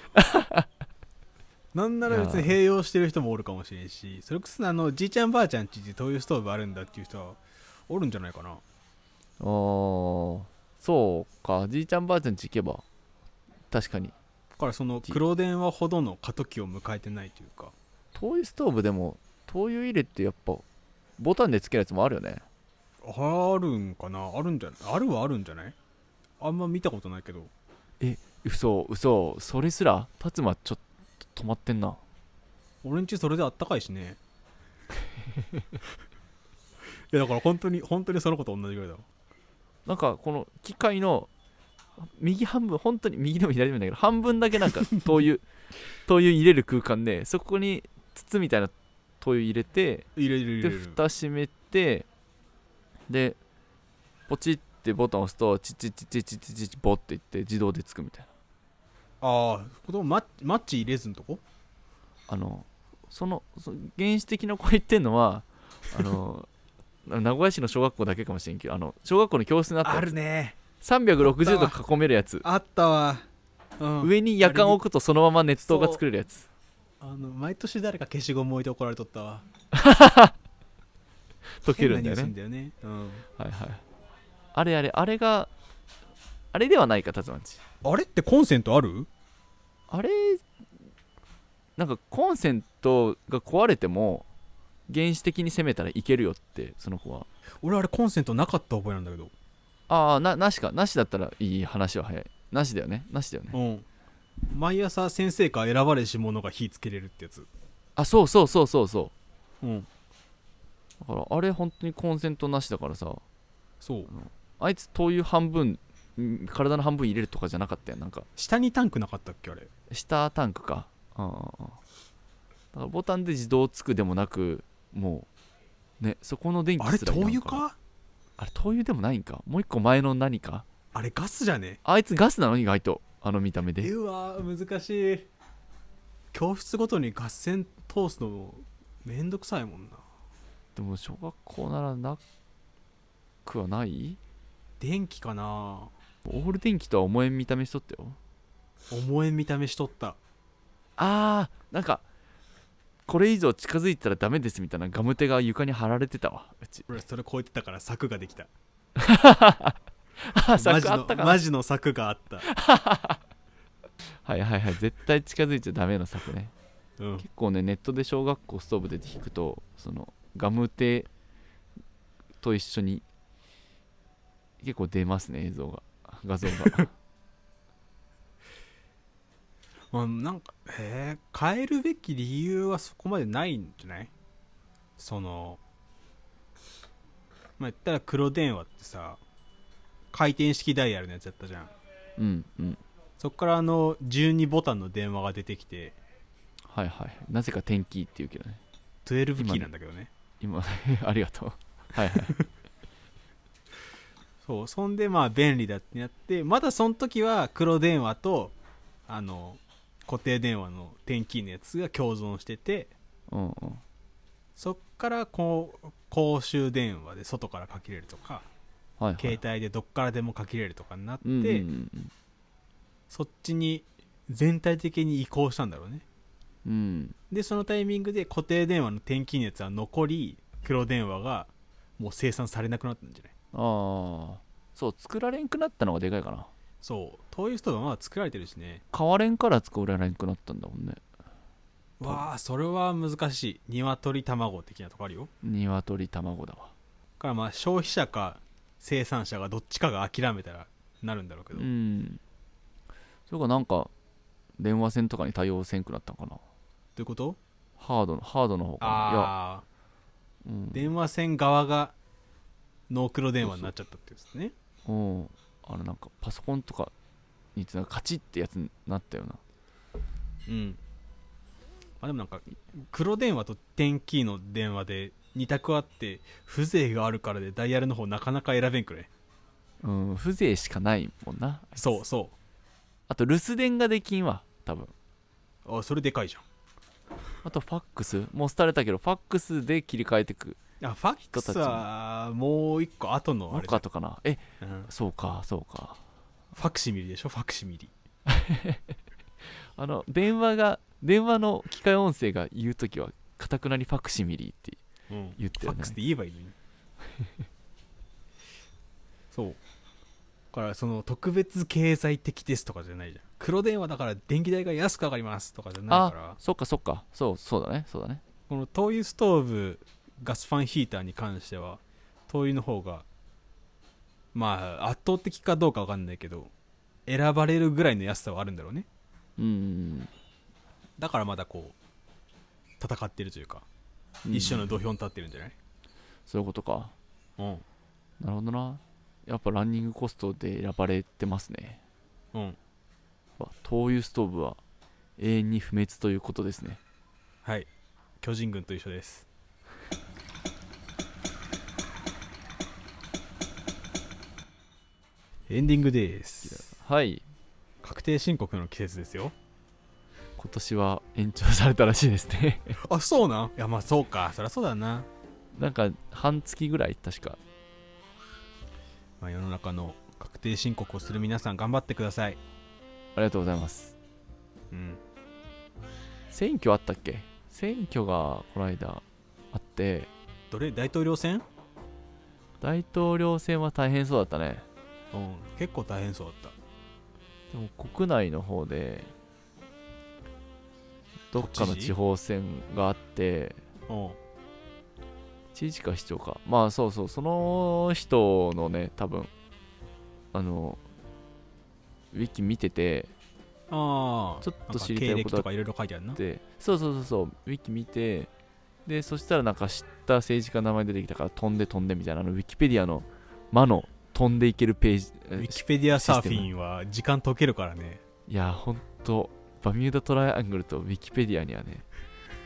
A: ななんなら別に併用してる人もおるかもしれんしそれこそあのじいちゃんばあちゃんちで灯油ストーブあるんだっていう人はおるんじゃないかな
B: あーそうかじいちゃんばあちゃんち行けば確かに
A: だからその黒電話ほどの過渡期を迎えてないというか
B: 灯油ストーブでも灯油入れってやっぱボタンでつけるやつもあるよね
A: あるんかなあるんじゃないあるはあるんじゃないあんま見たことないけど
B: 嘘嘘それすら達馬ちょっと止まってんな
A: 俺んちそれであったかいし ねいやだから本当に本当にそのこと同じぐらいだわ
B: なんかこの機械の右半分本当に右でも左でもいいんだけど半分だけなんか灯油灯油入れる空間でそこに筒みたいな灯油入れて
A: 入れる入れ
B: で
A: る
B: 蓋閉めてでポチってボタン押すとチチチチチチチチボっていって自動でつくみたいな
A: ああこのマッマッチ入れずんとこ
B: あのそのそ原始的なこれ言ってんのは あの名古屋市の小学校だけかもしれんけどあの小学校の教室にあったやつ
A: ね
B: 360度囲めるやつ
A: あったわうん
B: 上に夜間置くとそのまま熱湯が作れるやつ
A: あの毎年誰か消しゴム置いて怒られとったわ
B: 溶けるんだ
A: 変なニュ
B: よね
A: ースんだよね、
B: はいはいあれあれあれがあれではないか達馬んち
A: うん、あれってコンセントある
B: あれなんかコンセントが壊れても原始的に攻めたらいけるよってその子は
A: 俺あれコンセントなかった覚えなんだけど
B: ああななしかなしだったらいい話は早いなしだよねなしだよね
A: うん毎朝先生から選ばれし者が火つけれるってやつ
B: あそうそうそうそうそ
A: うん
B: うだからあれ本当にコンセントなしだからさ
A: そう
B: あいつ灯油半分ん体の半分入れるとかじゃなかったよなんか
A: 下にタンクなかったっけあれ
B: 下タンクかうんうんうんだからボタンで自動つくでもなくもうねそこの電気
A: あれ
B: すら
A: 灯
B: いらん
A: 油か
B: あれ灯油でもないんかもう一個前の何か
A: あれガスじゃね
B: あいつガスなの意外とあの見た目で
A: うわ難しい教室ごとに合戦通すのもめんどくさいもんな
B: でも小学校ならなくはない
A: 電気かな
B: オール電気とは思えん見た目しとったよ
A: 思えん見た目しとった
B: あーなんかこれ以上近づいたらダメですみたいなガムテが床に貼られてたわうち
A: 俺それ超えてたから柵ができた
B: あー柵あったか な
A: マジのマジの柵があった、
B: はいはいはい絶対近づいちゃダメの策ね
A: うん、
B: 結構ねネットで小学校ストーブで弾くとそのガムテと一緒に結構出ますね映像が画像 が
A: まあなんかへえ変えるべき理由はそこまでないんじゃないそのまあ言ったら黒電話ってさ回転式ダイヤルのやつやったじゃん
B: うんうん
A: そっからあの12ボタンの電話が出てきて
B: はいはいなぜか天気っていうけどね
A: 12キーなんだけどね
B: 今 ありがとうはいはい
A: そうそんでまあ便利だってなってまだその時は黒電話とあの固定電話の転キーのやつが共存してて
B: うんうん
A: そっからこう公衆電話で外からかけれるとか
B: はいはい
A: 携帯でどっからでもかけれるとかになって、
B: うんうんうん
A: そっちに全体的に移行したんだろうね
B: うん、うん、
A: でそのタイミングで固定電話の転キーのやつは残り黒電話がもう生産されなくなったんじゃない
B: ああそう作られんくなったのがでかいかな
A: そう灯油ストーブはまだ作られてるしね
B: 買われんから作られんくなったんだもんね
A: わあそれは難しい鶏卵的なとこあるよ
B: 鶏卵だわ
A: からまあ消費者か生産者がどっちかが諦めたらなるんだろうけど、
B: うんそれかなんか電話線とかに対応せんくなったんかな
A: ということ
B: ハードのハードの方かないや
A: ああ
B: うん
A: 電話線側がノークロ電話になっちゃったってことですね
B: うんあのなんかパソコンとかにつながカチッってやつになったよな
A: うんまあでもなんか黒電話と点キーの電話で2択あって風情があるからでダイヤルの方なかなか選べんくね
B: うん風情しかないもんな
A: そうそ
B: あと留守電ができんわ多分
A: うあそれでかいじ
B: あとファックスもう廃れたけどファックスで切り替えてく
A: ゃんあファックスはもう一個後の
B: も
A: あ
B: う
A: れじ
B: 一個
A: ゃん
B: 後かなえ
A: うん
B: そうかそうか
A: ファクシミリでしょファクシミリ
B: あの電話が電話の機械音声が言う時はかたくなにファクシミリーって
A: うん
B: 言って
A: ファ
B: は
A: ッ
B: ない
A: クスって言えばいい のにそうだからその特別経済的ですとかじゃないじゃん黒電話だから電気代が安く上がりますとかじゃないから
B: あそっかそっかそうそうだねそうだね
A: この灯油ストーブガスファンヒーターに関しては灯油の方がまあ圧倒的かどうかわかんないけど選ばれるぐらいの安さはあるんだろうね
B: うんうん
A: だからまだこう戦ってるというか、
B: うん
A: 一緒の土俵に立ってるんじゃない
B: そういうことか
A: うん
B: なるほどなやっぱランニングコストで選ばれてますね
A: うん
B: やっぱ灯油ストーブは永遠に不滅ということですね
A: はい巨人軍と一緒ですエンディングです
B: はい
A: 確定申告の季節ですよ
B: 今年は延長されたらしいですね
A: あそうなんいやまあそうかそりゃそうだな
B: なんか半月ぐらい確か
A: まあ、世の中の確定申告をする皆さん頑張ってください。
B: ありがとうございます
A: うん。
B: 選挙あったっけ選挙がこの間あって
A: どれ大統領選
B: 大統領選は大変そうだったね
A: うん。結構大変そうだっ
B: でも国内の方でどっか
A: 都
B: の
A: 知事
B: 地方選があって
A: た。うん。
B: 知事か市長かまあそうそうその人のね多分あのウィキ見てて
A: ああ。
B: ちょっと知りたい
A: なんか経歴
B: こと
A: と
B: が
A: かいろいろ書いてあるな。
B: でそうそうそうそうウィキ見てでそしたらなんか知った政治家の名前出てきたから飛んで飛んでみたいなあのウィキペディアの魔の飛んでいけるページえ
A: ウィキペディアサーフィンは時間解けるからね。
B: いやほんとバミューダトライアングルとウィキペディアにはね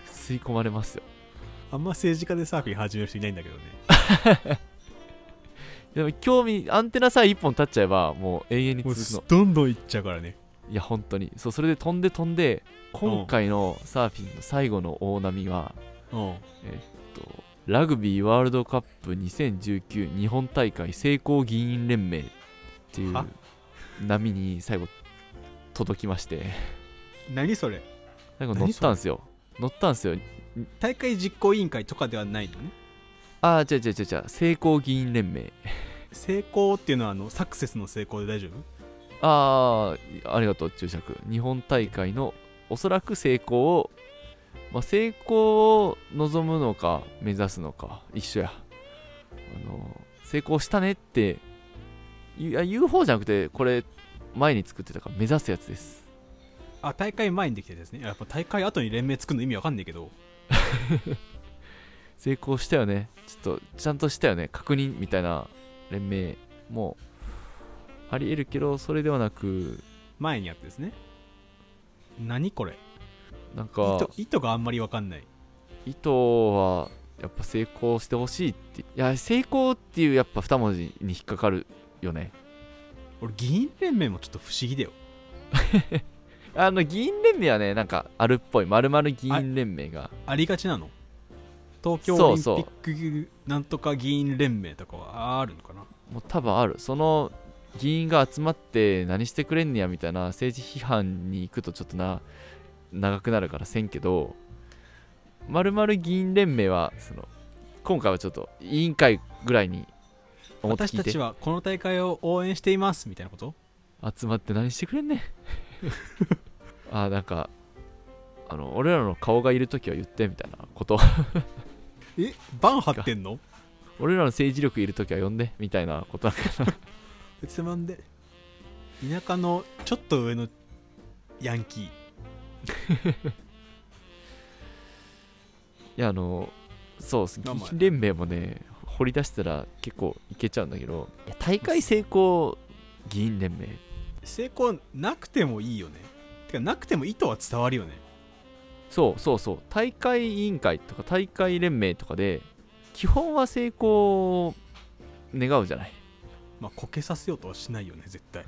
B: 吸い込まれますよ
A: あんま政治家でサーフィン始める人いないんだけど ね。
B: でも興味アンテナさえ一本立っちゃえばもう永遠に
A: も
B: 続
A: う
B: くの
A: どんどん行っちゃうからね。
B: いや本当にそうそれで飛んで飛んで今回のサーフィンの最後の大波は、
A: うん。
B: えっとラグビーワールドカップ2019日本大会成功議員連盟っていう
A: は
B: 波に最後届きまして
A: 何それ
B: 最後乗ったんですよ乗ったんですよ
A: 大会実行委員会とかではないのね。
B: ああ違う違う違う違う成功議員連盟
A: 成功っていうのはあのサクセスの成功で大丈夫
B: ああありがとう注釈日本大会のおそらく成功を、まあ、成功を望むのか目指すのか一緒やあの成功したねっていや言う方じゃなくてこれ前に作ってたから目指すやつです
A: あ、大会前にできてるやつね。やっぱ大会後に連盟作るの意味わかんないけど。
B: 成功したよねちょっとちゃんとしたよね確認みたいな連盟もありえるけどそれではなく
A: 前にやってですね何これ
B: なんか
A: 糸糸があんまりわかんない
B: 意図はやっぱ成功してほしいっていや成功っていうやっぱ二文字に引っかかるよね
A: 俺議員連盟もちょっと不思議だよ
B: あの議員連盟はねなんかあるっぽいまるまる議員連盟が
A: ありがちなの東京
B: そ
A: オリ
B: う
A: ンピ
B: そう
A: ックなんとか議員連盟とかはあるのかな
B: もう多分あるその議員が集まって何してくれんねやみたいな政治批判に行くとちょっとな長くなるからせんけどまるまる議員連盟はその今回はちょっと委員会ぐらいに思って
A: 私
B: 聞い
A: た
B: て
A: ちはこの大会を応援していますみたいなこと
B: 集まって何してくれん ねんあーなんかあの俺らの顔がいる時は言ってみたいなこと
A: えバン張ってんの
B: 俺らの政治力いる時は呼んでみたいなことなんか
A: つまんで田舎のちょっと上のヤンキー
B: いやあのそう議
A: 名前
B: 員連盟もね掘り出したら結構いけちゃうんだけどいや大会成功議員連盟
A: 成功なくてもいいよねてかなくても意図は伝わるよね
B: そうそうそう大会委員会とか大会連盟とかで基本は成功を願うじゃない
A: まあこけさせようとはしないよね絶 対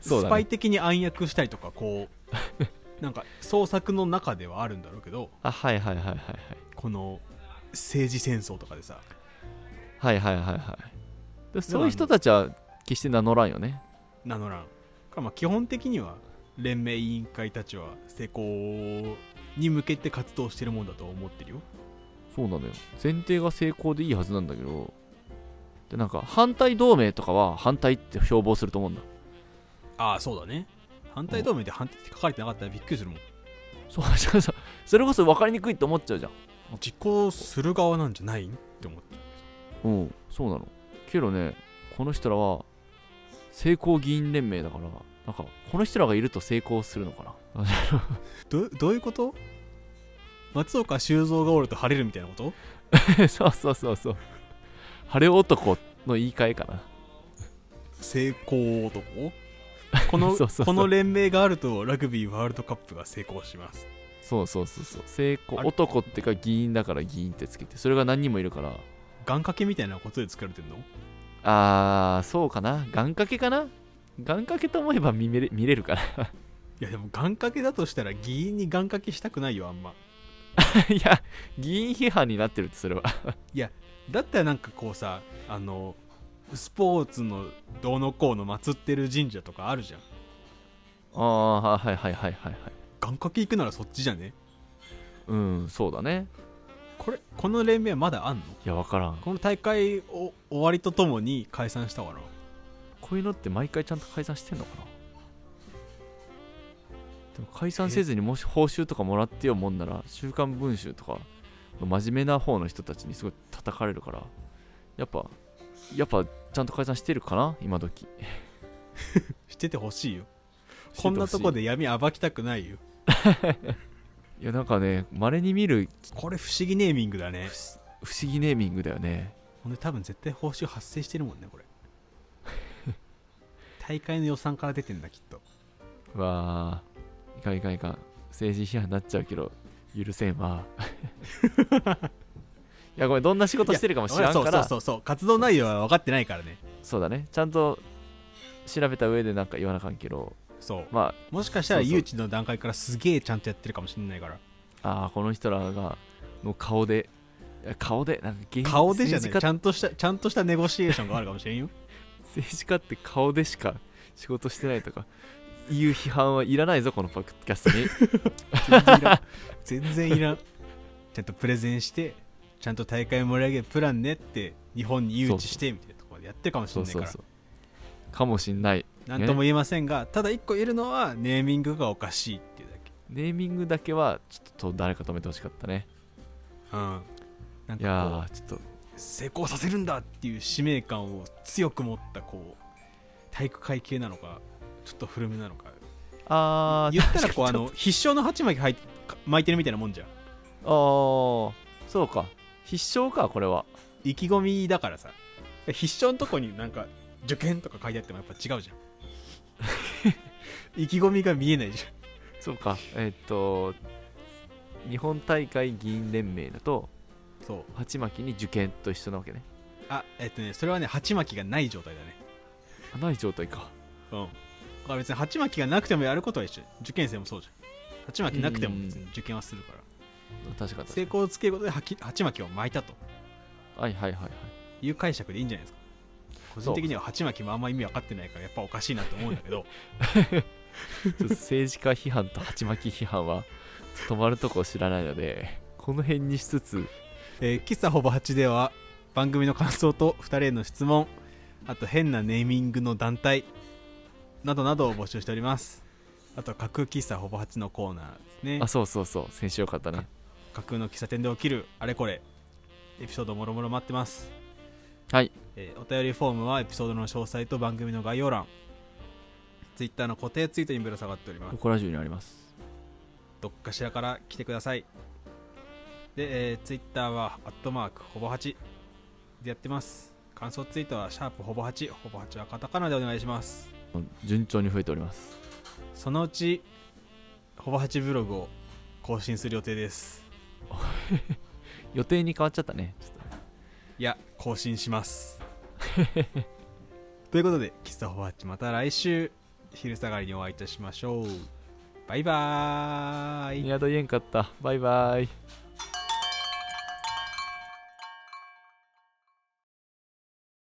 B: そう
A: ス
B: だ
A: パ
B: ね
A: イ的に暗躍したりとかこう なんか創作の中ではあるんだろうけど
B: あはいはいはいはいはい
A: この政治戦争とかでさ
B: はいはいはいはいでそういう人たちは決して名乗らんよね
A: 名乗らんだからまあ基本的には連盟委員会たちは成功に向けて活動してるもんだと思ってるよ
B: そうなのよ前提が成功でいいはずなんだけどでなんか反対同盟とかは反対って標榜すると思うんだ
A: ああそうだね反対同盟で反対って書かれてなかったらびっくりするもん
B: そうそうそうそれこそ分かりにくいって思っちゃうじゃん
A: 実行する側なんじゃないんって思って
B: うんそうなのけどねこの人らは成功議員連盟だからなんかこの人らがいると成功するのかな
A: どどういうこと松岡修造がおると晴れるみたいなこと
B: そうそうそうそう晴れ男の言い換えかな
A: 成功 男この
B: そうそうそう
A: この連盟があるとラグビーワールドカップが成功します
B: そうそうそうそう成功
A: あれ
B: 男ってか議員だから議員ってつけてそれが何人もいるから
A: 願掛けみたいなことで作られてんの
B: あーそうかな願掛けかな願掛けと思えば見れ見れるかな
A: いやでも願掛けだとしたら議員に願掛けしたくないよあんま
B: いや議員批判になってるってそれは
A: だったらなんかこうさあのスポーツのどうのこうの祀ってる神社とかあるじゃん
B: ああはいはいはいはいはい
A: 願掛け行くならそっちじゃね
B: うんそうだね
A: これこの連盟はまだあんの
B: いや分からん
A: この大会を終わりとともに解散したから
B: こういうのって毎回ちゃんと解散してんのかなでも解散せずにもし報酬とかもらってよもんなら「週刊文春」とかの真面目な方の人たちにすごい叩かれるからやっぱやっぱちゃんと解散してるかな今時
A: しててほしいよこんなとこで闇暴きたくないよ
B: いやなんかね稀に見る
A: これ不思議ネーミングだね
B: 不思不思議ネーミングだよね
A: ほんで多分絶対報酬発生してるもんねこれ 大会の予算から出てんだきっと
B: うわあいかんいかんいかん政治批判になっちゃうけど許せんわ いやごめんどんな仕事してるかも知らんから
A: そうそうそうそう活動内容は分かってないからね
B: そうだねちゃんと調べた上でなんか言わなあかんけど
A: そう
B: ま
A: もしかしたら
B: そうそう
A: 誘致の段階からすげえちゃんとやってるかもしんないから
B: ああーこの人らがの顔でいや顔でなんか芸人
A: 顔でじゃない
B: 政
A: ち
B: 治家
A: ゃんとしたちゃんとしたネゴシエーションがあるかもしれ んよ
B: 政治家って顔でしか仕事してないとかいう批判はいらないぞこのパッドキャスト に
A: 全然いらん全然いらんちゃんとプレゼンしてちゃんと大会盛り上げるプランねって日本に誘致してみたいなところでやってるかもし
B: そ
A: ん
B: う
A: ない
B: そ
A: か
B: う
A: ら
B: そうかもしんない
A: なんとも言えませんがただ一個言えるのはネーミングがおかしいっていうだけ
B: ネーミングだけはちょっと誰か止めてほしかったね
A: うんなんか
B: い
A: こ
B: やーちょっと
A: う成功させるんだっていう使命感を強く持ったこう体育会系なのかちょっと古めなのか
B: ああ
A: 言ったらこうあ
B: 確か
A: の必勝の鉢巻きはいか巻いてるみたいなもんじゃん
B: にちょっとあーそうか必勝かこれは
A: 意気込みだからさ必勝のとこになんか受験とか書いてあってもやっぱ違う じゃん意気込みが見えないじゃん
B: そうか、えーっと、日本大会議員連盟だと、
A: そう
B: 鉢巻きに受験と一緒なわけね。
A: あえっとねそれはね鉢巻きがない状態だね
B: あない状態か。
A: うんだから別に鉢巻きがなくてもやることは一緒受験生もそうじゃん鉢巻きなくても別に受験はするから
B: 確かに。
A: 成功をつけることではき鉢巻きを巻いたと
B: はいはいはいはい。
A: いう解釈でいいんじゃないですか個人的には鉢巻きもあんま意味わかってないからやっぱおかしいなと思うんだけど
B: ちょっと政治家批判と鉢巻き批判は、止まるとこ知らないので、この辺にしつつ、
A: えー喫茶ほぼ8では番組の感想と2人への質問あと変なネーミングの団体などなどを募集しておりますあと架空喫茶ほぼ8のコーナーですね
B: あ、そうそうそう、先週よかったね。
A: 架空の喫茶店で起きるあれこれエピソードもろもろ待ってます
B: はい、
A: えーお便りフォームはエピソードの詳細と番組の概要欄 Twitter の固定ツイートにぶら下がっております
B: ここら中にあります。
A: どっかしらから来てくださいで、えー、Twitter はアットマークほぼ8でやってます感想ツイートはシャープほぼ8ほぼ8はカタカナでお願いします
B: 順調に増えております。
A: そのうちほぼ8ブログを更新する予定です
B: 予定に変わっちゃったね。ちょっとね
A: いや更新します ということで喫茶ホワッチまた来週昼下がりにお会いいたしましょうバイバーイ
B: いや、と言えんかった。バイバイ。